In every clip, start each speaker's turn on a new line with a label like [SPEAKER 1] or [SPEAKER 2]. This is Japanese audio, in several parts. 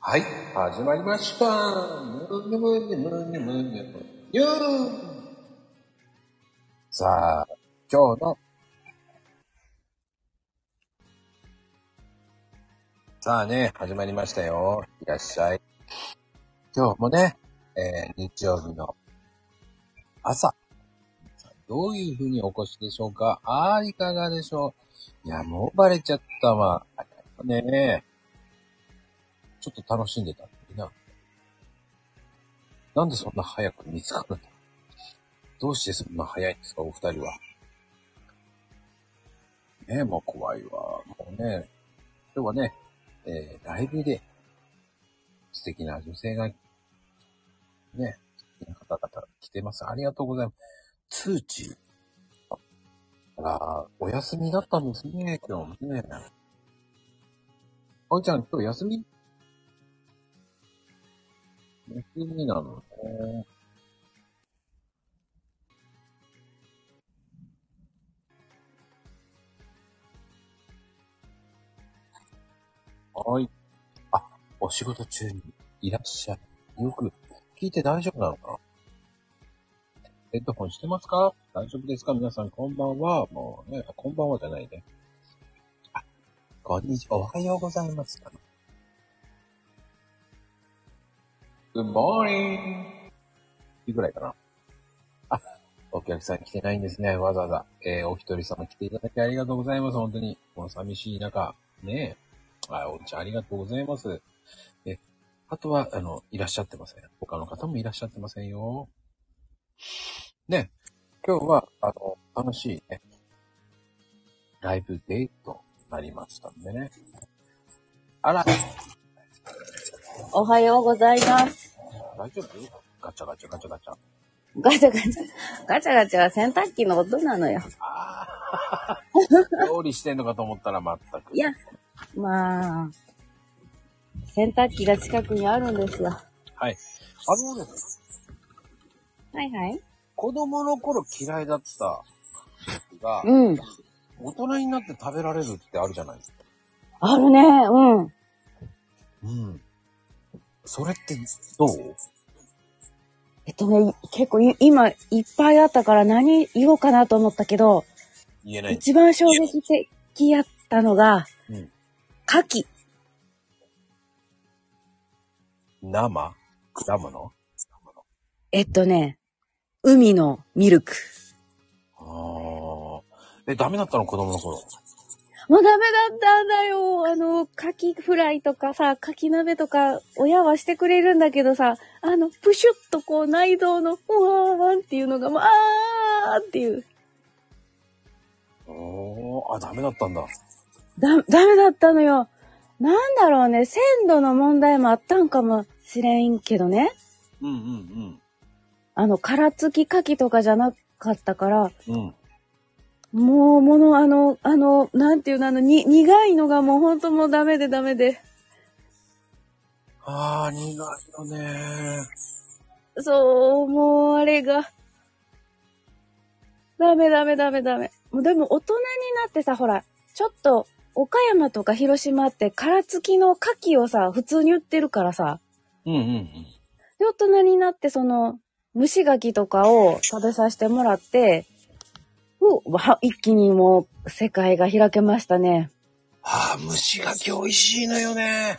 [SPEAKER 1] はい、始まりました。むねむねむねむねむにゅーさあ、今日の、さあね、始まりましたよ。いらっしゃい。今日もね、えー日曜日の朝、どういう風にお越しでしょうかああ、いかがでしょういや、もうバレちゃったわ。ねえ。ちょっと楽しんでたんだけどな。なんでそんな早く見つかるのどうしてそんな早いんですか、お二人は。ねえ、もう怖いわ。もうね、今日はね、えーライブで、素敵な女性が、ね、素敵な方々来てます。ありがとうございます。通知。ああ、お休みだったんですね、今日ね。あおいちゃん、今日休み休みなのね。はい。あ、お仕事中にいらっしゃる。よく聞いて大丈夫なのかなヘッドホンしてますか大丈夫ですか皆さん、こんばんは。もうね、こんばんはじゃないね。あ、こんにちは。おはようございます。Good morning! いいぐらいかな。あ、お客さん来てないんですね。わざわざ。えーお一人様来ていただきありがとうございます。本当に。この寂しい中。ねえ。あ、おうちゃんありがとうございます。え、あとは、あの、いらっしゃってません。他の方もいらっしゃってませんよ。ねえ今日は、あの、楽しいね、ライブデートになりましたんでね。あら、
[SPEAKER 2] おはようございます。
[SPEAKER 1] 大丈夫ガチャガチャガチャガチャ。
[SPEAKER 2] ガチャガチャ、ガチャガチャは洗濯機の音なのよ。
[SPEAKER 1] ああ、 料理してんのかと思ったら全く。
[SPEAKER 2] いや、まあ、洗濯機が近くにあるんですよ。は
[SPEAKER 1] はい。あのです、
[SPEAKER 2] いはい。
[SPEAKER 1] 子供の頃嫌いだったが、
[SPEAKER 2] うん。
[SPEAKER 1] 大人になって食べられるってあるじゃないですか。
[SPEAKER 2] あるね、うん。
[SPEAKER 1] うん。それってどう
[SPEAKER 2] えっとね、結構い今いっぱいあったから何言おうかなと思ったけど、
[SPEAKER 1] 言えない。
[SPEAKER 2] 一番衝撃的やったのが、
[SPEAKER 1] うん
[SPEAKER 2] 牡蠣。
[SPEAKER 1] 生果物
[SPEAKER 2] えっとね、海のミルク。
[SPEAKER 1] ああ。え、ダメだったの子供の頃。
[SPEAKER 2] もうダメだったんだよ。あの、牡蠣フライとかさ、牡蠣鍋とか、親はしてくれるんだけどさ、あの、プシュッとこう内臓の、うわーんっていうのが、まあーっていう。
[SPEAKER 1] おー、あ、ダメだったんだ。
[SPEAKER 2] だ、ダメだったのよ。なんだろうね、鮮度の問題もあったんかもしれんけどね。
[SPEAKER 1] うんうん
[SPEAKER 2] あの、殻付き牡蠣とかじゃなかったから、
[SPEAKER 1] うん。うん。
[SPEAKER 2] もう、もの、あの、あの、なんていうの、あの、に、苦いのがもうほんともうダメでダメで。
[SPEAKER 1] ああ、苦いよね
[SPEAKER 2] そう、もうあれが。ダメダメダメダメ。もうでも大人になってさ、ほら、ちょっと岡山とか広島って殻付きの牡蠣をさ、普通に売ってるからさ、
[SPEAKER 1] うんうんうん。
[SPEAKER 2] で、大人になってその、蒸し牡蠣とかを食べさせてもらって、うわ、一気にもう世界が開けましたね。
[SPEAKER 1] ああ、虫がき美味しいのよね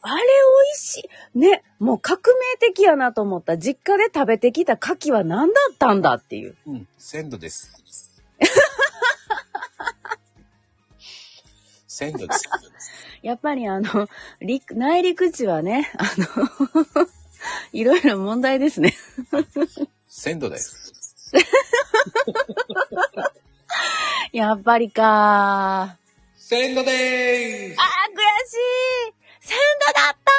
[SPEAKER 2] あれ美味しい。ね、もう革命的やなと思った。実家で食べてきた牡蠣は何だったんだっていう。
[SPEAKER 1] うん、鮮度です。鮮度です。
[SPEAKER 2] やっぱりあの、陸、内陸地はね、あの、 いろいろ問題ですね。
[SPEAKER 1] 鮮度です。
[SPEAKER 2] やっぱりかー。あ
[SPEAKER 1] 鮮度でー
[SPEAKER 2] ー、悔しい鮮度だった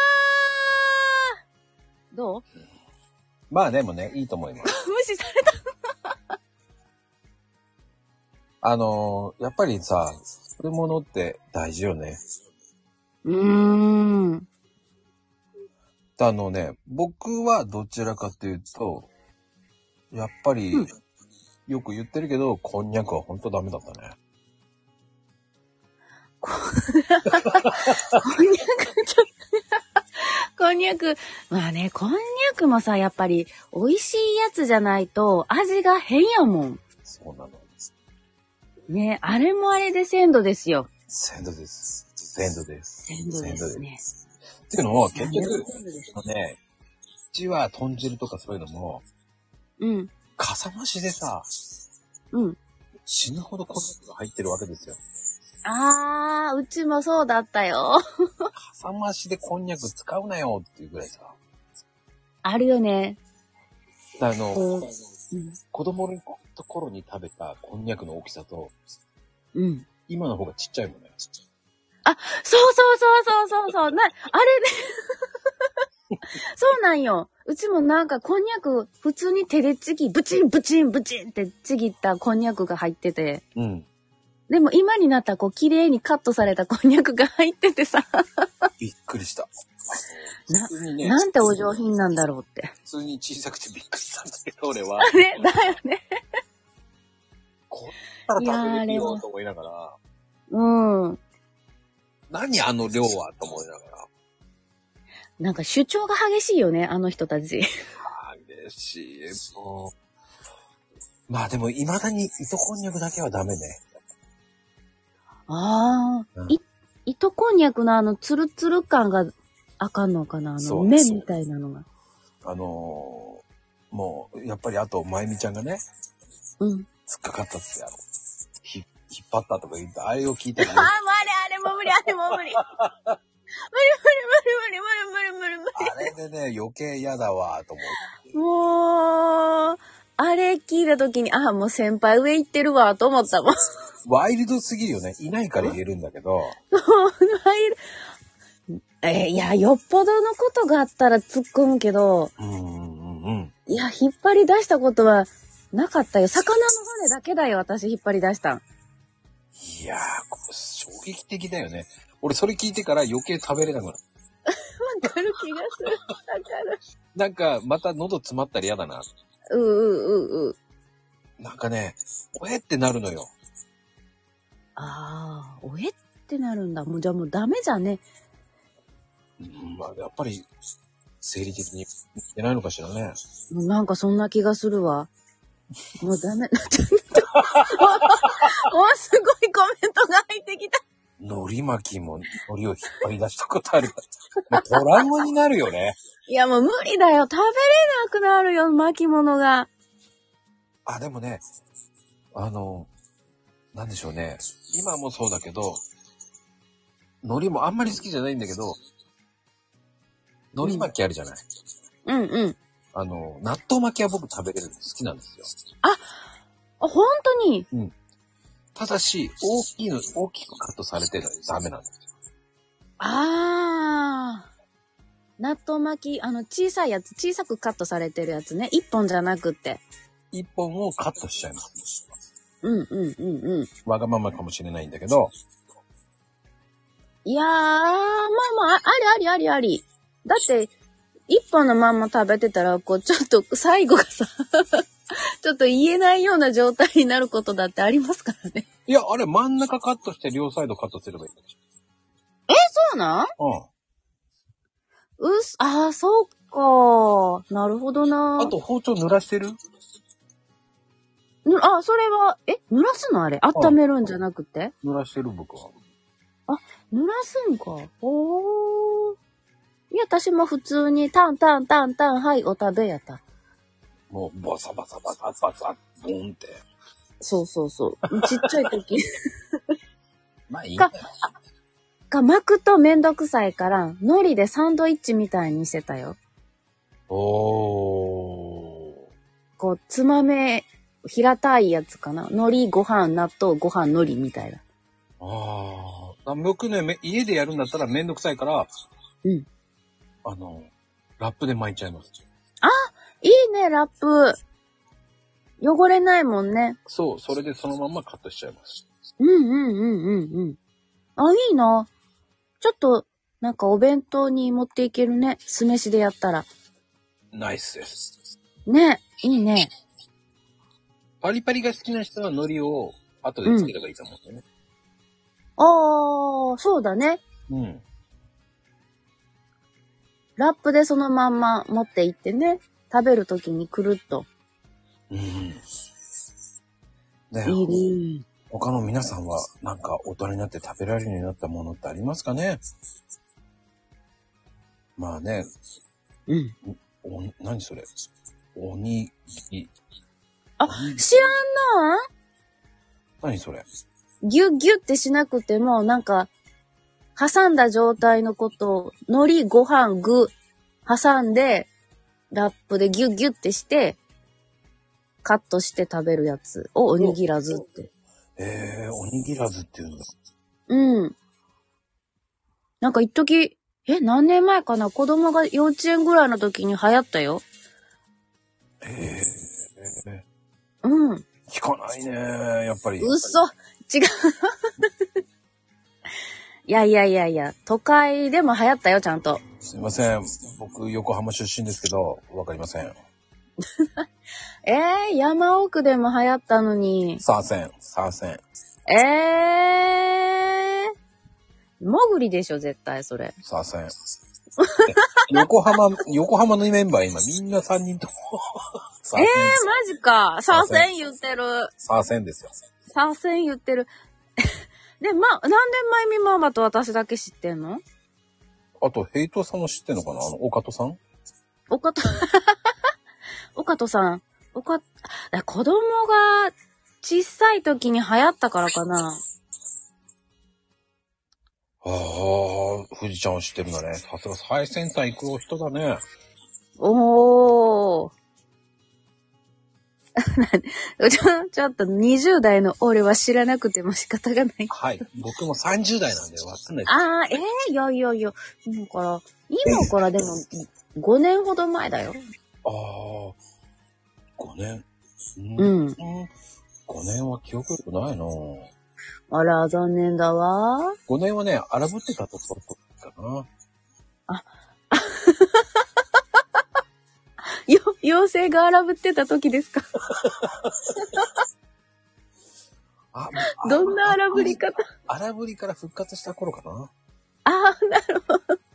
[SPEAKER 2] ーどう
[SPEAKER 1] まあでもね、いいと思います。
[SPEAKER 2] 無視された
[SPEAKER 1] あのーやっぱりさ、作るものって大事よね。
[SPEAKER 2] うーん。
[SPEAKER 1] あのね、僕はどちらかというと、やっぱり、
[SPEAKER 2] うん
[SPEAKER 1] よく言ってるけど、こんにゃくはほんとダメだったね。
[SPEAKER 2] こんにゃくちょっんにゃく。まあね、こんにゃくもさ、やっぱり美味しいやつじゃないと味が変やもん。
[SPEAKER 1] そうなのです。
[SPEAKER 2] ね、あれもあれで鮮度ですよ。
[SPEAKER 1] 鮮度です。鮮度です。
[SPEAKER 2] 鮮度ですね
[SPEAKER 1] 鮮度です。っていうのも、結
[SPEAKER 2] 鮮度
[SPEAKER 1] 局、
[SPEAKER 2] です
[SPEAKER 1] あのね、うちは豚汁とかそういうのも、
[SPEAKER 2] うん、
[SPEAKER 1] かさ増しでさ、
[SPEAKER 2] うん。
[SPEAKER 1] 死ぬほどこんにゃくが入ってるわけですよ。
[SPEAKER 2] あー、うちもそうだったよ。
[SPEAKER 1] かさ増しでこんにゃく使うなよっていうぐらいさ。
[SPEAKER 2] あるよね。
[SPEAKER 1] あの、
[SPEAKER 2] こう、うん。
[SPEAKER 1] 子供の頃に食べたこんにゃくの大きさと、
[SPEAKER 2] うん。
[SPEAKER 1] 今の方がちっちゃいもんね。
[SPEAKER 2] そうそうそうそうそうそう。な、あれね。 そうなんよ。うちもなんかこんにゃく普通に手でちぎ、ブチンブチンブチンってちぎったこんにゃくが入ってて。
[SPEAKER 1] うん。
[SPEAKER 2] でも今になったらこう綺麗にカットされたこんにゃくが入っててさ、
[SPEAKER 1] びっくりした。
[SPEAKER 2] な
[SPEAKER 1] 普通にね
[SPEAKER 2] なんてお上品なんだろうって。
[SPEAKER 1] 普通に小さくてびっくりしたんだけど、俺は。
[SPEAKER 2] ね、だよね。
[SPEAKER 1] こんなら食べれるよと思いながら、
[SPEAKER 2] うん。
[SPEAKER 1] 何あの量はと思いながら。
[SPEAKER 2] なんか主張が激しいよね、あの人たち。
[SPEAKER 1] あ嬉しい。もう。まあでも、未だに糸こんにゃくだけはダメね。
[SPEAKER 2] ああ、
[SPEAKER 1] うん
[SPEAKER 2] い、糸こんにゃくのあのツルツル感があかんのかなあ
[SPEAKER 1] そ
[SPEAKER 2] の
[SPEAKER 1] うです
[SPEAKER 2] 麺みたいなのが。
[SPEAKER 1] あのーもう、やっぱりあと、まゆみちゃんがね、
[SPEAKER 2] うん。
[SPEAKER 1] 突っかかったっつって、あの、ひ、引っ張ったとか言った、あれを聞いた
[SPEAKER 2] あー、もう
[SPEAKER 1] ら、
[SPEAKER 2] あれ、あれも無理、あれも無理。無理無理無理無理無理無理無理
[SPEAKER 1] あれでね、余計嫌だわ、と思
[SPEAKER 2] 無理。もう、あれ聞いた時に、あーもう先輩上行ってるわ、と思ったもん。
[SPEAKER 1] う。ワイルドすぎるよね。いないから言えるんだけど、
[SPEAKER 2] えーいや、よっぽどのことがあったら突っ込むけど、
[SPEAKER 1] うんうんうんうん。
[SPEAKER 2] いや、引っ張り出したことはなかったよ。魚の骨だけだよ、私引っ張り出したん。
[SPEAKER 1] いやー、これ衝撃的だよね。俺それ聞いてから余計食べれなくなる。
[SPEAKER 2] わかる気がする。わかる。
[SPEAKER 1] なんか、また喉詰まったら嫌だな。
[SPEAKER 2] ううううう。
[SPEAKER 1] なんかね、おえってなるのよ。
[SPEAKER 2] ああ、おえってなるんだ。もうじゃあもうダメじゃね。
[SPEAKER 1] うん、まあ、やっぱり、生理的にいけないのかしらね。
[SPEAKER 2] もうなんかそんな気がするわ。もうダメ。 ちょっともうすごいコメントが入ってきた。
[SPEAKER 1] 海苔巻きも海苔を引っ張り出したこと ある。まあ、トラウマになるよね。
[SPEAKER 2] いやもう無理だよ。食べれなくなるよ、巻物が。
[SPEAKER 1] あ、でもね、あの、なんでしょうね。今もそうだけど、海苔もあんまり好きじゃないんだけど、海苔巻きあるじゃない。
[SPEAKER 2] うんうん。
[SPEAKER 1] あの、納豆巻きは僕食べれるの好きなんですよ。
[SPEAKER 2] あ、本当に。
[SPEAKER 1] ただし、大きいの、大きくカットされてるのダメなんですよ。
[SPEAKER 2] ああ。納豆巻き、あの、小さいやつ、小さくカットされてるやつね。一本じゃなくって。
[SPEAKER 1] 一本をカットしちゃいます。
[SPEAKER 2] うんうんうんうん。
[SPEAKER 1] わがままかもしれないんだけど、
[SPEAKER 2] いやー、まあまあ、あありありありあり。だって、一本のまんま食べてたら、こう、ちょっと最後がさ、 ちょっと言えないような状態になることだってありますからね。
[SPEAKER 1] いや、あれ真ん中カットして両サイドカットすればいいんでし
[SPEAKER 2] そうなん
[SPEAKER 1] ょ。
[SPEAKER 2] うっす、ああ、そうか。なるほど
[SPEAKER 1] うん。
[SPEAKER 2] な。
[SPEAKER 1] あと包丁濡らしてる
[SPEAKER 2] ぬあ、それは、え、濡らすのあれ温めるんじゃなくて
[SPEAKER 1] 濡らしてる僕は。
[SPEAKER 2] 濡らすんか。おー。いや、私も普通に、タンタンタンタン、はい、お食べやった。
[SPEAKER 1] もう、バサバサバサバサ、ボンって。
[SPEAKER 2] そうそうそう。ちっちゃい時。
[SPEAKER 1] まあいいんだよ。
[SPEAKER 2] が巻くとめんどくさいから、海苔でサンドイッチみたいにしてたよ。
[SPEAKER 1] おー。
[SPEAKER 2] こう、つまめ、平たいやつかな。海苔、ご飯、納豆、ご飯、海苔みたいな。
[SPEAKER 1] ああ。僕ね、め家でやるんだったらめんどくさいから、
[SPEAKER 2] うん。
[SPEAKER 1] あの、ラップで巻いちゃいます。
[SPEAKER 2] いいね、ラップ。汚れないもんね。
[SPEAKER 1] そう、それでそのまんまカットしちゃいます。
[SPEAKER 2] うんうんうんうんうん。あ、いいな。ちょっと、なんかお弁当に持っていけるね。酢飯でやったら。
[SPEAKER 1] ナイスです。
[SPEAKER 2] ね、いいね。
[SPEAKER 1] パリパリが好きな人は海苔を後でつければいいと思うんだよね。
[SPEAKER 2] あー、そうだね。
[SPEAKER 1] うん。
[SPEAKER 2] ラップでそのまんま持って行ってね、食べるときにくるっと。
[SPEAKER 1] うん。だよ。
[SPEAKER 2] いいね。
[SPEAKER 1] 他の皆さんは、なんか大人になって食べられるようになったものってありますかねまあね、
[SPEAKER 2] うん。
[SPEAKER 1] お、何それおにぎり。
[SPEAKER 2] あ、知らんな
[SPEAKER 1] 何それ
[SPEAKER 2] ギュッギュッてしなくても、なんか、挟んだ状態のことを、海苔、ご飯、具、挟んで、ラップでギュッギュッてして、カットして食べるやつをおにぎらずって。
[SPEAKER 1] えー、おにぎらずっていうんだ。
[SPEAKER 2] うん。なんか一時、え、何年前かな子供が幼稚園ぐらいの時に流行ったよ。
[SPEAKER 1] えー、
[SPEAKER 2] うん。
[SPEAKER 1] 聞かないね、やっぱり。
[SPEAKER 2] 嘘違う。 いやいやいやいや、都会でも流行ったよ、ちゃんと。
[SPEAKER 1] すいません。僕、横浜出身ですけど、わかりません。
[SPEAKER 2] えー、山奥でも流行ったのに。
[SPEAKER 1] サーセン、サーセン。
[SPEAKER 2] えー。もぐりでしょ、絶対それ。
[SPEAKER 1] サーセン。横浜、横浜のメンバー今みんな3人とも サーセン、
[SPEAKER 2] えー、マジか。左遷言ってる。
[SPEAKER 1] サーセンですよ。
[SPEAKER 2] 左遷言ってる。 で、ま、なんでまゆみママと私だけ知ってんの
[SPEAKER 1] あと、ヘイトさんも知ってんのかなあの、岡戸さん
[SPEAKER 2] 岡と、 岡とさん。岡、あ子供が小さい時に流行ったからかな。
[SPEAKER 1] ああ、富士ちゃんを知ってるんだね。さすが最先端行く人だね。
[SPEAKER 2] おー。 ちょ、ちょっと20代の俺は知らなくても仕方がない。
[SPEAKER 1] はい。僕も30代なんでわかんない。
[SPEAKER 2] あー、えー、いやいやいや、今から、今からでも5年ほど前だよ。
[SPEAKER 1] ああ、5年。
[SPEAKER 2] う
[SPEAKER 1] うん。
[SPEAKER 2] ん。
[SPEAKER 1] 5年は記憶力ないなぁ。
[SPEAKER 2] あら、残念だわ。
[SPEAKER 1] 5年はね、荒ぶってたところかな。
[SPEAKER 2] よ、妖精が荒ぶってた時です か
[SPEAKER 1] あ、
[SPEAKER 2] どんな荒ぶり方
[SPEAKER 1] 荒ぶりから復活した頃かな。
[SPEAKER 2] ああ、なるほど。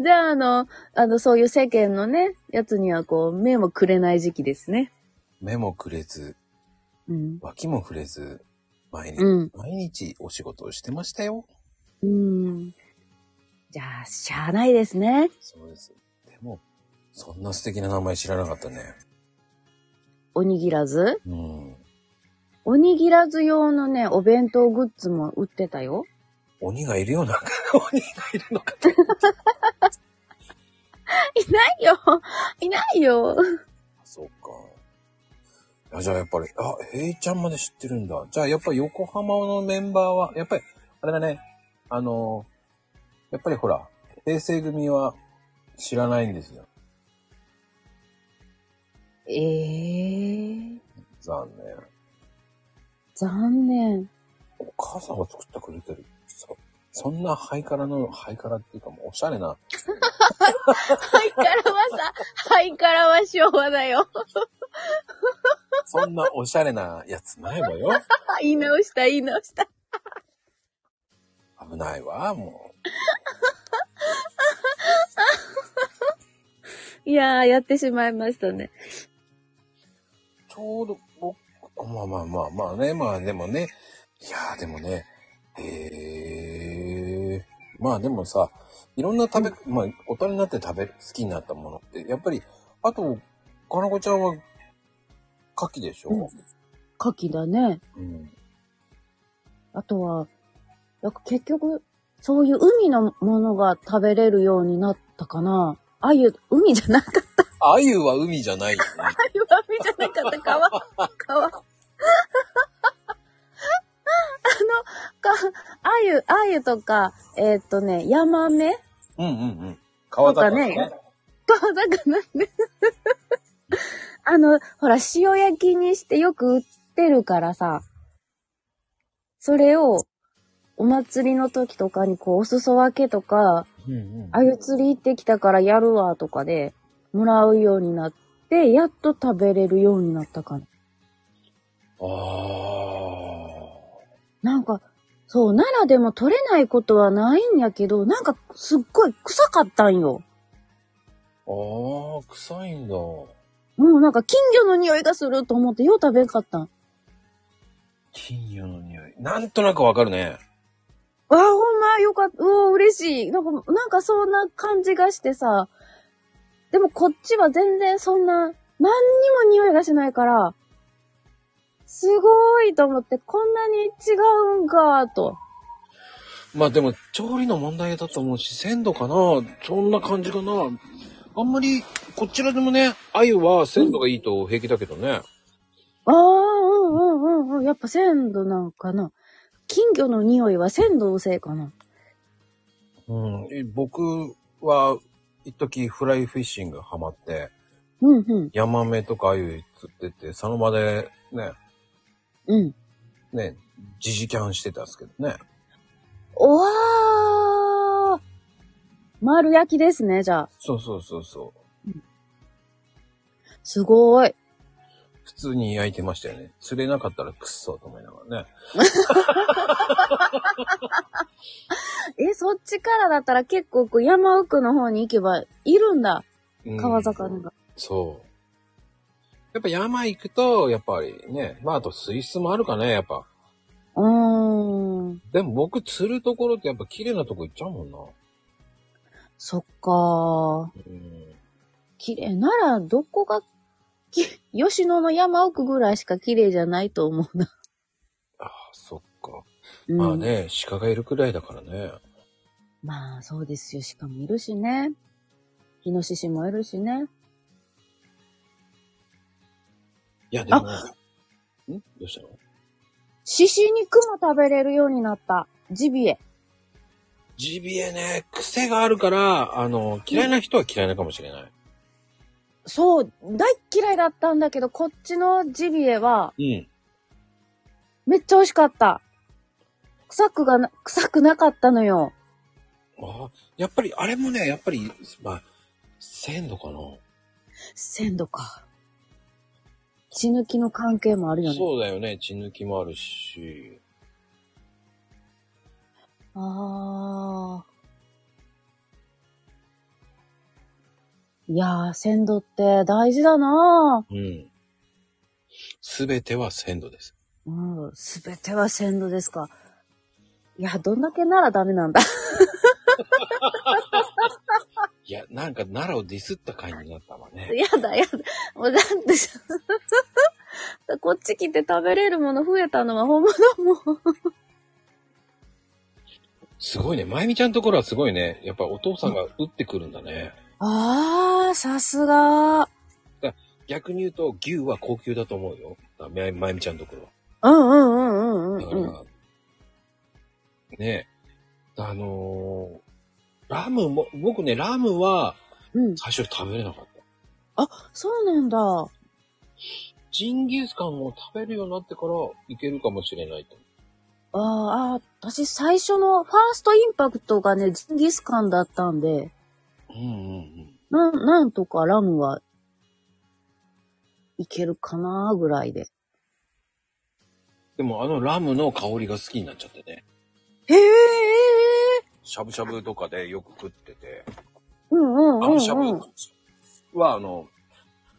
[SPEAKER 2] じゃあ、あの、あの、そういう世間のね、やつにはこう、目もくれない時期ですね。
[SPEAKER 1] 目もくれず、
[SPEAKER 2] うん。
[SPEAKER 1] 脇も触れず、毎日、
[SPEAKER 2] うん。
[SPEAKER 1] 毎日お仕事をしてましたよ。
[SPEAKER 2] うん。じゃあ、しゃあないですね。
[SPEAKER 1] そうです。でも、そんな素敵な名前知らなかったね。
[SPEAKER 2] おにぎらず。
[SPEAKER 1] うん。
[SPEAKER 2] おにぎらず用のね、お弁当グッズも売ってたよ。
[SPEAKER 1] 鬼がいるような、 鬼がいるのか。
[SPEAKER 2] いないよいないよ
[SPEAKER 1] そうか。あじゃあやっぱり、あ、ヘイちゃんまで知ってるんだ。じゃあやっぱり横浜のメンバーは、やっぱり、あれだね、あの、やっぱりほら、平成組は知らないんですよ。
[SPEAKER 2] ええー、
[SPEAKER 1] 残念。
[SPEAKER 2] 残念。
[SPEAKER 1] お母さんが作ってくれてる。そそんなハイカラの、ハイカラっていうかもうおしゃれな、
[SPEAKER 2] ハイカラはさ、ハイカラは昭和だよ。
[SPEAKER 1] そんなおしゃれなやつないわよ。
[SPEAKER 2] 言い直した、言い直した。
[SPEAKER 1] 危ないわ、も
[SPEAKER 2] いやー、やってしまいましたね。
[SPEAKER 1] う。ちょうど僕、まあまあまあまあね、まあでもね、いやーでもね、へえまあでもさ、いろんな食べ、まあ大人になって食べる、好きになったものって、やっぱり、あと、かなこちゃんは、牡蠣でしょ、
[SPEAKER 2] 牡蠣だね。
[SPEAKER 1] うん、
[SPEAKER 2] あとは、なんか結局、そういう海のものが食べれるようになったかな。あゆ、海じゃなかった。
[SPEAKER 1] あゆは海じゃないよね。
[SPEAKER 2] あゆは海じゃなかった。川。川。あの、か、あゆ、あゆとか、えーっとね、ヤマメ
[SPEAKER 1] うんうんうん。川
[SPEAKER 2] そう
[SPEAKER 1] 魚
[SPEAKER 2] だね
[SPEAKER 1] ね。
[SPEAKER 2] 川魚ね。あの、ほら、塩焼きにしてよく売ってるからさ、それを、お祭りの時とかに、こう、お裾分けとか、
[SPEAKER 1] うんうん
[SPEAKER 2] あゆ釣り行ってきたからやるわ、とかで、もらうようになって、やっと食べれるようになったかな。
[SPEAKER 1] ああ。
[SPEAKER 2] なんか、そう、奈良でも取れないことはないんやけど、なんかすっごい臭かったんよ。
[SPEAKER 1] ああ、臭いんだ。
[SPEAKER 2] もうなんか金魚の匂いがすると思ってよう食べんかったん。わ
[SPEAKER 1] 金魚の匂い。なんとなくわかるね。
[SPEAKER 2] あ、ほんまよかった。うお、嬉しい。なんか、なんかそんな感じがしてさ。でもこっちは全然そんな、何にも匂いがしないから、すごいと思って、こんなに違うんか、と。
[SPEAKER 1] まあでも、調理の問題だと思うし、鮮度かなそんな感じかなあんまり、こちらでもね、鮎は鮮度がいいと平気だけどね。
[SPEAKER 2] ああ、うんうんうんうん。やっぱ鮮度なんかな。金魚の匂いは鮮度のせいかな。
[SPEAKER 1] うん。え僕は、一時フライフィッシングハマって、
[SPEAKER 2] うんうん。
[SPEAKER 1] ヤマメとか鮎釣ってて、その場で、ね、
[SPEAKER 2] うん。
[SPEAKER 1] ね、ジジキャンしてたんですけどね。
[SPEAKER 2] おわー丸焼きですね、じゃあ。
[SPEAKER 1] そうそうそうそう。
[SPEAKER 2] すごい。
[SPEAKER 1] 普通に焼いてましたよね。釣れなかったらくっそと思いながらね。
[SPEAKER 2] え、そっちからだったら結構こう山奥の方に行けばいるんだ。
[SPEAKER 1] うん
[SPEAKER 2] 川魚が。
[SPEAKER 1] そう。やっぱ山行くと、やっぱりね、まああと水質もあるかね、やっぱ。
[SPEAKER 2] うーん。
[SPEAKER 1] でも僕釣るところってやっぱ綺麗なとこ行っちゃうもんな。
[SPEAKER 2] そっかー。
[SPEAKER 1] うん。
[SPEAKER 2] 綺麗。なら、どこが、き、吉野の山奥ぐらいしか綺麗じゃないと思うな。
[SPEAKER 1] ああ、そっか。
[SPEAKER 2] うん、
[SPEAKER 1] まあ。ね、鹿がいるくらいだからね。
[SPEAKER 2] まあ、そうですよ。鹿もいるしね。イノシシもいるしね。
[SPEAKER 1] いや、でも、んどうしたの
[SPEAKER 2] 獅子肉も食べれるようになった。ジビエ。
[SPEAKER 1] ジビエね、癖があるから、あの、嫌いな人は嫌いなかもしれない。
[SPEAKER 2] そう、大っ嫌いだったんだけど、こっちのジビエは、
[SPEAKER 1] うん。
[SPEAKER 2] めっちゃ美味しかった。臭くがな、臭くなかったのよ。
[SPEAKER 1] あやっぱり、あれもね、やっぱり、まあ、鮮度かな。
[SPEAKER 2] 鮮度か。血抜きの関係もあるよね。
[SPEAKER 1] そうだよね、血抜きもあるし。
[SPEAKER 2] ああ。いやー、鮮度って大事だなぁ
[SPEAKER 1] うん。すべては鮮度です。
[SPEAKER 2] うん、すべては鮮度ですか。いや、どんだけならダメなんだ。
[SPEAKER 1] いや、なんか奈良をディスった回になったわね。
[SPEAKER 2] やだ、やだ。もうだってさ、 こっち来て食べれるもの増えたのはほんまだもん。
[SPEAKER 1] すごいね。まゆみちゃんところはすごいね。やっぱお父さんが打ってくるんだね。
[SPEAKER 2] あー、さすが
[SPEAKER 1] 逆に言うと、牛は高級だと思うよ。あまゆまゆみちゃんところは。
[SPEAKER 2] うんうんうんうん
[SPEAKER 1] だか
[SPEAKER 2] うん。
[SPEAKER 1] ら、ねえ、あのーラムも、僕ね、ラムは
[SPEAKER 2] うん。
[SPEAKER 1] 最初食べれなかった。
[SPEAKER 2] そうなんだ。
[SPEAKER 1] ジンギスカンを食べるようになってからいけるかもしれないと。
[SPEAKER 2] あーあー、私最初のファーストインパクトがね、ジンギスカンだったんで、
[SPEAKER 1] うんうんうん。
[SPEAKER 2] なん、なんとかラムはいけるかなーぐらいで。
[SPEAKER 1] でもあのラムの香りが好きになっちゃってね。
[SPEAKER 2] へえ。
[SPEAKER 1] しゃぶしゃぶとかでよく食ってて。
[SPEAKER 2] うんうん
[SPEAKER 1] あ
[SPEAKER 2] うん、う
[SPEAKER 1] の
[SPEAKER 2] ん。
[SPEAKER 1] しゃぶはあの、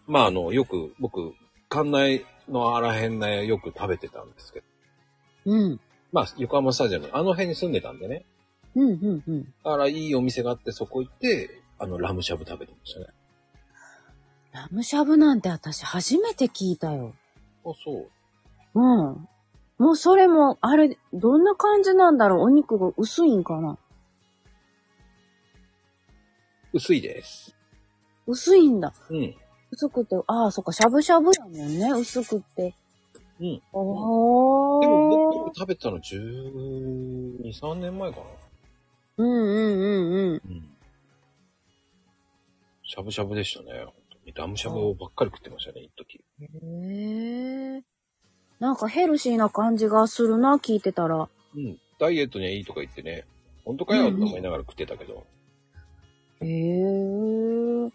[SPEAKER 1] まああの、よく僕、館内のあらへんね、よく食べてたんですけど。
[SPEAKER 2] うん。
[SPEAKER 1] まあ横浜スタジアム、あの辺に住んでたんでね。
[SPEAKER 2] うんうんうん。
[SPEAKER 1] だからいいお店があってそこ行って、あの、ラムしゃぶ食べてましたね。
[SPEAKER 2] ラムしゃぶなんて私初めて聞いたよ。
[SPEAKER 1] あ、そう。
[SPEAKER 2] うん。もうそれも、あれ、どんな感じなんだろうお肉が薄いんかな
[SPEAKER 1] 薄いです。
[SPEAKER 2] 薄いんだ。
[SPEAKER 1] うん。
[SPEAKER 2] 薄くて、ああ、そっか、しゃぶしゃぶやもんね、薄くって。
[SPEAKER 1] うん。
[SPEAKER 2] おー。
[SPEAKER 1] でも僕食べたの12、3年前かな。
[SPEAKER 2] うんうんうんうん。
[SPEAKER 1] うん。しゃぶしゃぶでしたね。本当にラムしゃぶばっかり食ってましたね、一時。
[SPEAKER 2] へえ。なんかヘルシーな感じがするな、聞いてたら。
[SPEAKER 1] うん。ダイエットにはいいとか言ってね。本当かよっ
[SPEAKER 2] うんう
[SPEAKER 1] て
[SPEAKER 2] ん
[SPEAKER 1] 思いながら食ってたけど。
[SPEAKER 2] へえ。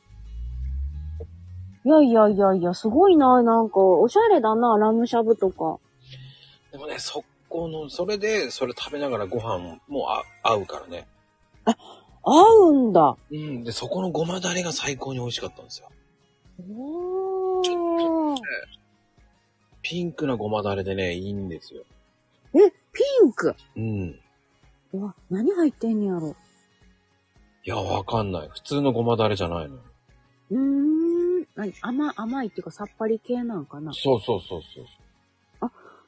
[SPEAKER 2] いやいやいやいや、すごいな、なんか、おしゃれだな、ラムしゃぶとか。
[SPEAKER 1] でもね、そ高の、それで、それ食べながらご飯もあ合うからね。
[SPEAKER 2] 合うんだ。
[SPEAKER 1] うん。で、そこのごまだれが最高に美味しかったんですよ。
[SPEAKER 2] お
[SPEAKER 1] ち
[SPEAKER 2] ー。
[SPEAKER 1] ピンクなごまだれでね、いいんですよ。
[SPEAKER 2] え、ピンク。
[SPEAKER 1] うん。いう
[SPEAKER 2] わ、何入ってんねやろ。
[SPEAKER 1] や、わかんない。普通のごまだれじゃないの。
[SPEAKER 2] うーん。何甘、甘いっていうかさっぱり系なんかな。
[SPEAKER 1] そうそうそうそう。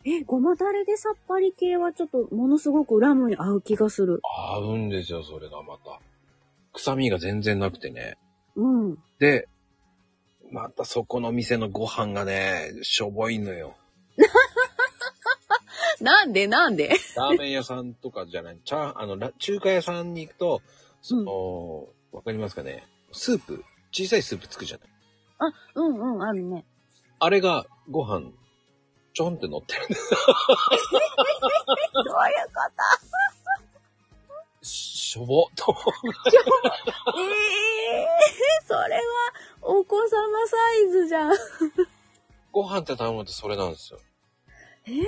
[SPEAKER 2] え、ごまだれでさっぱり系はちょっとものすごくラムに合う気がする。
[SPEAKER 1] 合うんですよ、それがまた。臭みが全然なくてね。
[SPEAKER 2] うん。
[SPEAKER 1] で、またそこの店のご飯がね、しょぼいのよ。
[SPEAKER 2] なんでなんで
[SPEAKER 1] ラーメン屋さんとかじゃない、チャーあの、ラ中華屋さんに行くと、その、わ、かりますかねスープ、小さいスープつくじゃない
[SPEAKER 2] あ、うんうん、あるね。
[SPEAKER 1] あれがご飯、ちょんって乗ってるんです。
[SPEAKER 2] どういうこ
[SPEAKER 1] しょぼっと。
[SPEAKER 2] とええー、それはお子様サイズじゃん。
[SPEAKER 1] ご飯って頼むとそれなんですよ。
[SPEAKER 2] ええー、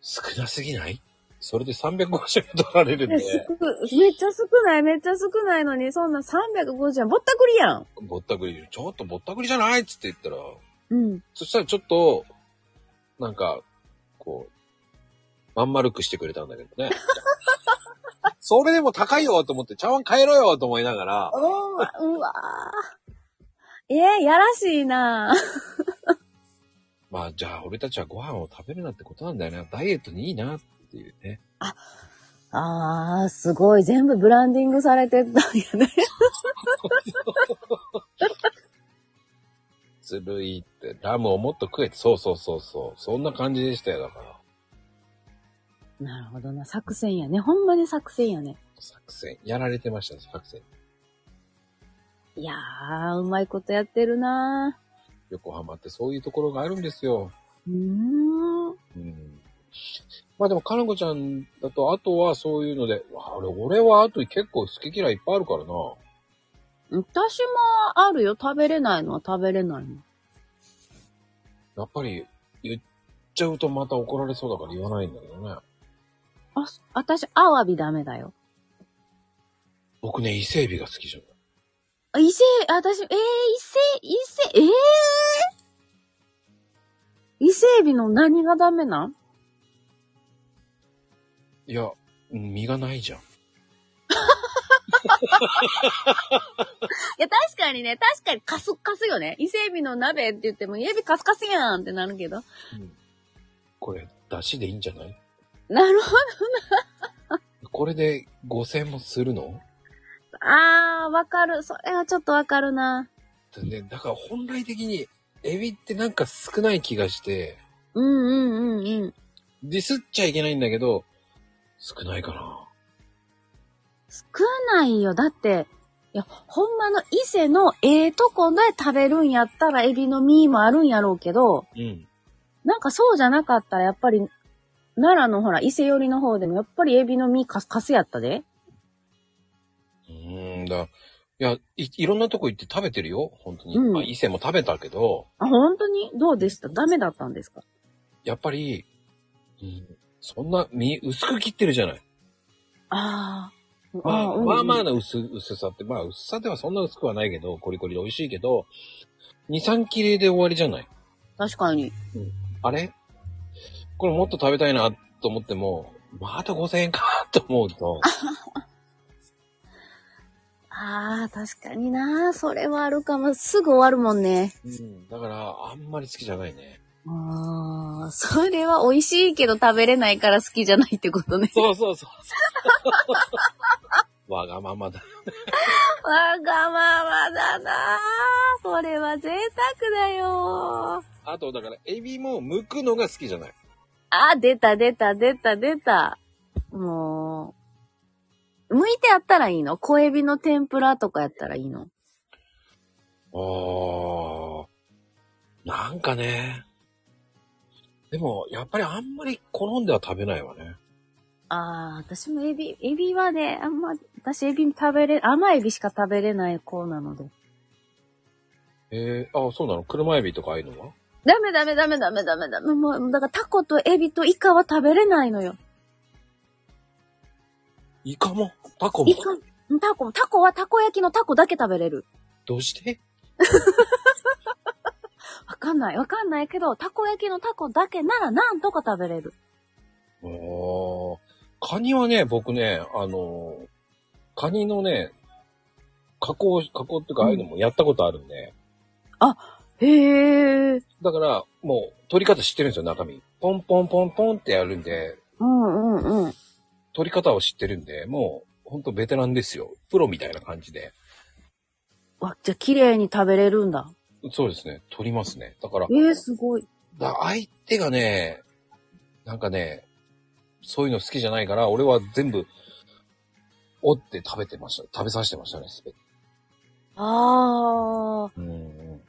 [SPEAKER 1] 少なすぎないそれで350円取られるん
[SPEAKER 2] いや
[SPEAKER 1] で、
[SPEAKER 2] すごいめっちゃ少ない、めっちゃ少ないのに、そんな350円ぼったくりやん。
[SPEAKER 1] ぼったくり、ちょっとぼったくりじゃないっつって言ったら、
[SPEAKER 2] うん。
[SPEAKER 1] そしたらちょっと、なんか、こう、まん丸くしてくれたんだけどね。それでも高いよと思って、茶碗変えろよと思いながら、
[SPEAKER 2] おー、うわー。ええやらしいなぁ。
[SPEAKER 1] まあじゃあ俺たちはご飯を食べるなってことなんだよな。ダイエットにいいなっていうね。
[SPEAKER 2] あー、すごい。全部ブランディングされてたんやね。
[SPEAKER 1] ずるいって、ラムをもっと食えって、そうそうそうそう。そんな感じでしたよ、だから。
[SPEAKER 2] なるほどな。作戦やね。ほんまに作戦やね。
[SPEAKER 1] 作戦。やられてましたね、作戦。
[SPEAKER 2] いやー、うまいことやってるな
[SPEAKER 1] 横浜ってそういうところがあるんですよ。
[SPEAKER 2] ぁ。うーん。
[SPEAKER 1] うんまあでも、かなこちゃんだと、あとはそういうので、わあ俺俺はあと結構好き嫌いいっぱいあるからな。
[SPEAKER 2] 私もあるよ。食べれないのは食べれないの。
[SPEAKER 1] やっぱり、言っちゃうとまた怒られそうだから言わないんだけどね。
[SPEAKER 2] あ、す私、アワビダメだよ。
[SPEAKER 1] 僕ね、伊勢海老が好きじゃん。
[SPEAKER 2] あ伊勢、私、えー、伊勢、伊勢、えー、伊勢海老の何がダメなん
[SPEAKER 1] いや、身がないじゃん。
[SPEAKER 2] いや、確かにね、確かにカスカスよね。伊勢海老の鍋って言っても、伊勢海老カスカスやんってなるけど。
[SPEAKER 1] これ、出汁でいいんじゃない
[SPEAKER 2] なるほ
[SPEAKER 1] これで5000円もするの
[SPEAKER 2] ど。あー、わかる。それはちょっとわかるな。
[SPEAKER 1] だ,、ね、だから本来的に、エビってなんか少ない気がして、
[SPEAKER 2] うんうんうんうん。
[SPEAKER 1] ディスっちゃいけないんだけど、少ないかな。
[SPEAKER 2] 少ないよ。だって、いや、ほんまの伊勢のええとこで食べるんやったらエビの身もあるんやろうけど、
[SPEAKER 1] うん。
[SPEAKER 2] なんかそうじゃなかったらやっぱり、奈良のほら、伊勢寄りの方でもやっぱりエビの身カスカスやったで。
[SPEAKER 1] うーんだ。いやい、いろんなとこ行って食べてるよ、本当に。
[SPEAKER 2] うん
[SPEAKER 1] まあ、伊勢も食べたけど、
[SPEAKER 2] あ、本当にどうでしたダメだったんですか
[SPEAKER 1] やっぱり、うん、そんな身薄く切ってるじゃない。
[SPEAKER 2] あー
[SPEAKER 1] まあ、まあまあ
[SPEAKER 2] あ
[SPEAKER 1] な薄、薄さって、まあ薄さではそんな薄くはないけど、コリコリで美味しいけど、2、3切れで終わりじゃない。
[SPEAKER 2] うん。確かに。
[SPEAKER 1] あれこれもっと食べたいなと思っても、また5000円かと思うと、
[SPEAKER 2] ああ、確かにな。それはあるかも。すぐ終わるもんね。
[SPEAKER 1] うん、だからあんまり好きじゃないね。
[SPEAKER 2] ああ、それは美味しいけど食べれないから好きじゃないってことね。
[SPEAKER 1] そうそうそうそう。 わがままだ。
[SPEAKER 2] わがままだなぁ。それは贅沢だよ
[SPEAKER 1] あと、だから、エビも剥くのが好きじゃない。
[SPEAKER 2] あ、出た出た出た出た。もう、剥いてあったらいいの小エビの天ぷらとかやったらいいの
[SPEAKER 1] ああ。なんかね。でも、やっぱりあんまり好んでは食べないわね。
[SPEAKER 2] ああ、私もエビ、エビはね、あんま、私エビ食べれ、甘エビしか食べれない子なので。
[SPEAKER 1] えー、あそうなの車エビとかああいうのは
[SPEAKER 2] ダメダメダメダメダメダメ。もう、だからタコとエビとイカは食べれないのよ。
[SPEAKER 1] イカもタコも
[SPEAKER 2] イカ、タコも、タコはタコ焼きのタコだけ食べれる。
[SPEAKER 1] どうして
[SPEAKER 2] わかんない。わかんないけど、タコ焼きのタコだけならなんとか食べれる。
[SPEAKER 1] おー。カニはね、僕ね、あのーカニのね、加工、加工っていうか、
[SPEAKER 2] うん
[SPEAKER 1] ああいうのもやったことあるんで、
[SPEAKER 2] へえ。
[SPEAKER 1] だから、もう、取り方知ってるんですよ、中身。ポンポンポンポンってやるんで、
[SPEAKER 2] うんうんうん。
[SPEAKER 1] 取り方を知ってるんで、もう、ほんとベテランですよ。プロみたいな感じで。
[SPEAKER 2] わ、じゃあ綺麗に食べれるんだ。
[SPEAKER 1] そうですね、取りますね。だから、
[SPEAKER 2] ええ、すごい。
[SPEAKER 1] だ相手がね、なんかね、そういうの好きじゃないから、俺は全部、折って食べてました。食べさせてましたね、すべて。
[SPEAKER 2] ああ。
[SPEAKER 1] うんうん。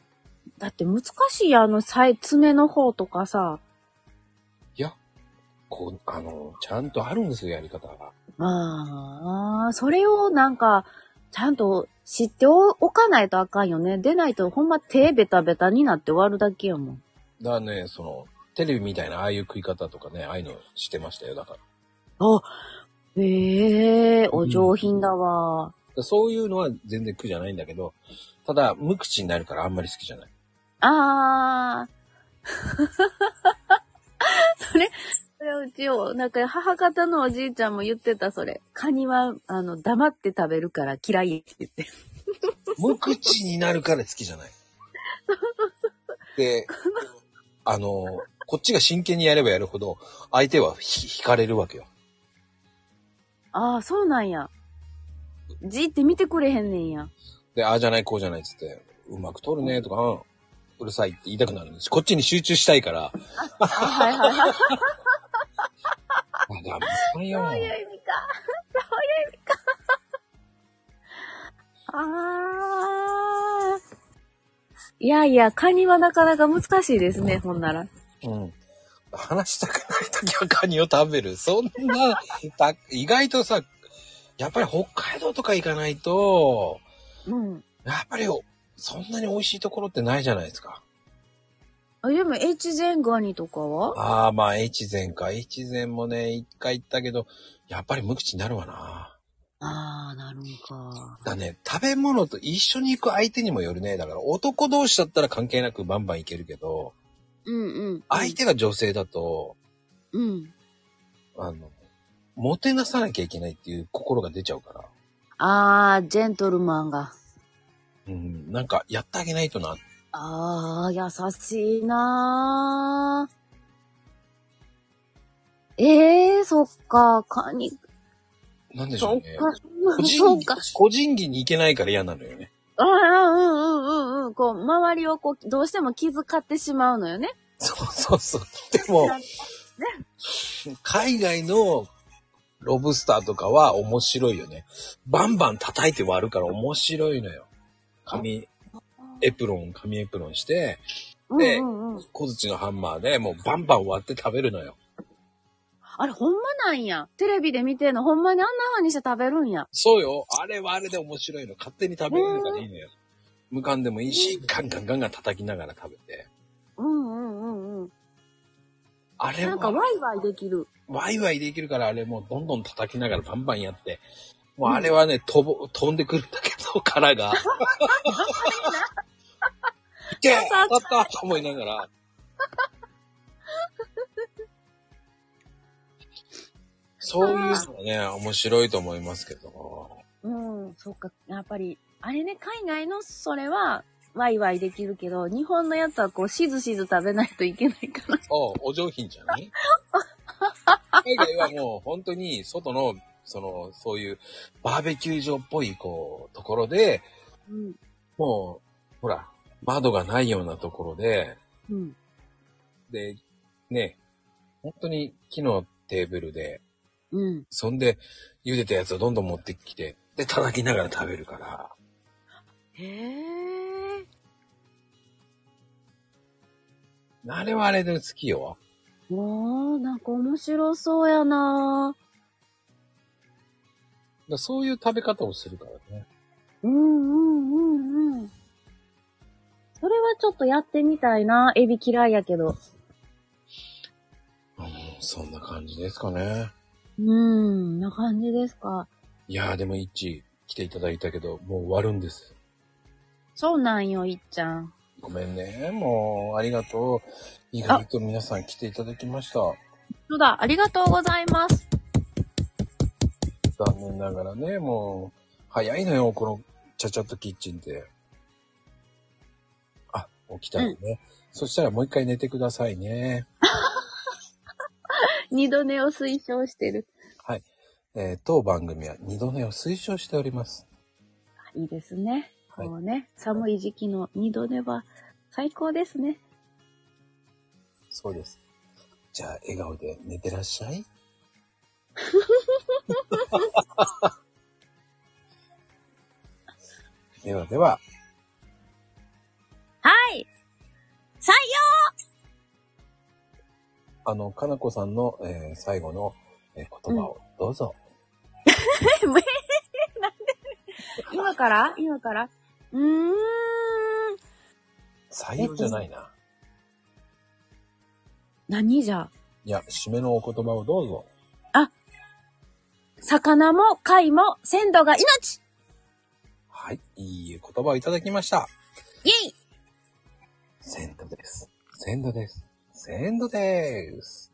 [SPEAKER 2] だって難しいやんあの、さい、爪の方とかさ。
[SPEAKER 1] いや、こう、あの、ちゃんとあるんですよ、やり方が。
[SPEAKER 2] ああ、それをなんか、ちゃんと知っておかないとあかんよね。でないとほんま手ベタベタになって終わるだけやもん。
[SPEAKER 1] だからね、その、テレビみたいな、ああいう食い方とかね、ああいうのしてましたよ、だから。
[SPEAKER 2] ええお上品だわ。
[SPEAKER 1] でそういうのは全然苦じゃないんだけど、ただ、無口になるからあんまり好きじゃない。
[SPEAKER 2] ああ。 それ、それうちを、なんか母方のおじいちゃんも言ってた、それ。カニは、あの、黙って食べるから嫌いって言って。
[SPEAKER 1] 無口になるから好きじゃない。 で、あの、こっちが真剣にやればやるほど、相手はひ惹かれるわけよ。
[SPEAKER 2] ああ、そうなんや。じって見てくれへんねんや。
[SPEAKER 1] で、ああじゃない、こうじゃないっつって、うまく取るねとか、うん、うるさいって言いたくなるんです。こっちに集中したいから、
[SPEAKER 2] あはいはいはい。
[SPEAKER 1] あ、ダメだよ。
[SPEAKER 2] そういう意味か。そういう意味か。あー。いやいや、カニはなかなか難しいですね、ほんなら。
[SPEAKER 1] うん。話したくない時はカニを食べる。そんな、た意外とさ、やっぱり北海道とか行かないと、
[SPEAKER 2] うん。
[SPEAKER 1] やっぱりそんなに美味しいところってないじゃないですか。
[SPEAKER 2] あ、でも、越前ガニとかは
[SPEAKER 1] ああ、まあ、越前か。越前もね、一回行ったけど、やっぱり無口になるわな。
[SPEAKER 2] あー、なるんか。
[SPEAKER 1] だね、食べ物と一緒に行く相手にもよるね。だから男同士だったら関係なくバンバン行けるけど、
[SPEAKER 2] うんうん。
[SPEAKER 1] 相手が女性だと、
[SPEAKER 2] うん。
[SPEAKER 1] あの、もてなさなきゃいけないっていう心が出ちゃうから。
[SPEAKER 2] あー、ジェントルマンが。
[SPEAKER 1] うん、なんかやってあげないとな。
[SPEAKER 2] あー、優しいなー。えー、そっか、カニ、
[SPEAKER 1] なんでしょ
[SPEAKER 2] そうっ
[SPEAKER 1] ね。
[SPEAKER 2] か、
[SPEAKER 1] 個
[SPEAKER 2] そ
[SPEAKER 1] 人
[SPEAKER 2] う
[SPEAKER 1] 技
[SPEAKER 2] か。、
[SPEAKER 1] 個人技に行けないから嫌なのよね。
[SPEAKER 2] うんうんうんうんうん。こう、周りをこう、どうしても気遣ってしまうのよね。
[SPEAKER 1] そうそうそう。でも、海外のロブスターとかは面白いよね。バンバン叩いて割るから面白いのよ。紙、エプロン、紙エプロンして、
[SPEAKER 2] うんうんうん。
[SPEAKER 1] 小槌のハンマーでもうバンバン割って食べるのよ。
[SPEAKER 2] あれ、ほんまなんや。テレビで見てんの、ほんまにあんな風にして食べるんや。
[SPEAKER 1] そうよ。あれはあれで面白いの。勝手に食べれるからいいのよ。無感でもいいし、ガンガンガンガン叩きながら食べて。
[SPEAKER 2] うんうんうんうん。
[SPEAKER 1] あれ
[SPEAKER 2] なん
[SPEAKER 1] も
[SPEAKER 2] か、ワイワイできる。
[SPEAKER 1] ワイワイできるからあれもうどんどん叩きながらバンバンやって。もうあれはね、飛ぼ、飛んでくるんだけど、殻が。いけ当たったと思いながら。そういうのはね、面白いと思いますけど。
[SPEAKER 2] うん、そっか。やっぱり、あれね、海外のそれは、ワイワイできるけど、日本のやつはこう、しずしず食べないといけないから。
[SPEAKER 1] おお上品じゃない海外はもう本当に外の、その、そういうバーベキュー場っぽい、こう、ところで、
[SPEAKER 2] うん。
[SPEAKER 1] もう、ほら、窓がないようなところで、
[SPEAKER 2] うん。
[SPEAKER 1] で、ね、本当に木のテーブルで、
[SPEAKER 2] うん。
[SPEAKER 1] そんで、茹でたやつをどんどん持ってきて、で、叩きながら食べるから、
[SPEAKER 2] へえ。
[SPEAKER 1] あれはあれで好きよ。
[SPEAKER 2] おー、なんか面白そうやなー。
[SPEAKER 1] だからそういう食べ方をするからね。
[SPEAKER 2] うんうんうんうん。それはちょっとやってみたいな。エビ嫌いやけど。
[SPEAKER 1] うん、そんな感じですかね。
[SPEAKER 2] うーん、な感じですか。
[SPEAKER 1] いやーでもイッチ来ていただいたけど、もう終わるんです。
[SPEAKER 2] そうなんよ、いっちゃん。
[SPEAKER 1] ごめんね。もう、ありがとう。意外と皆さん来ていただきました。
[SPEAKER 2] そうだ、ありがとうございます。
[SPEAKER 1] 残念ながらね、もう、早いのよ、この、ちゃちゃっとキッチンって。あ、起きたのね。そしたらもう一回寝てくださいね。
[SPEAKER 2] 二度寝を推奨してる。
[SPEAKER 1] えー当番組は二度寝を推奨しております。
[SPEAKER 2] いいですね。
[SPEAKER 1] はい
[SPEAKER 2] もうね、寒い時期の二度寝は最高ですね。
[SPEAKER 1] そうです。じゃあ、笑顔で寝てらっしゃい。ではでは、
[SPEAKER 2] はい採
[SPEAKER 1] あの、かなこさんの、えー最後の、えー言葉をどうぞ。
[SPEAKER 2] 用なんで今から今からうーん。
[SPEAKER 1] 採用じゃないな。
[SPEAKER 2] 何じゃ
[SPEAKER 1] いや、締めのお言葉をどうぞ。
[SPEAKER 2] 魚も貝も鮮度が命
[SPEAKER 1] はい、いい言葉をいただきました。
[SPEAKER 2] イェイ
[SPEAKER 1] 鮮度です。鮮度です。鮮度です。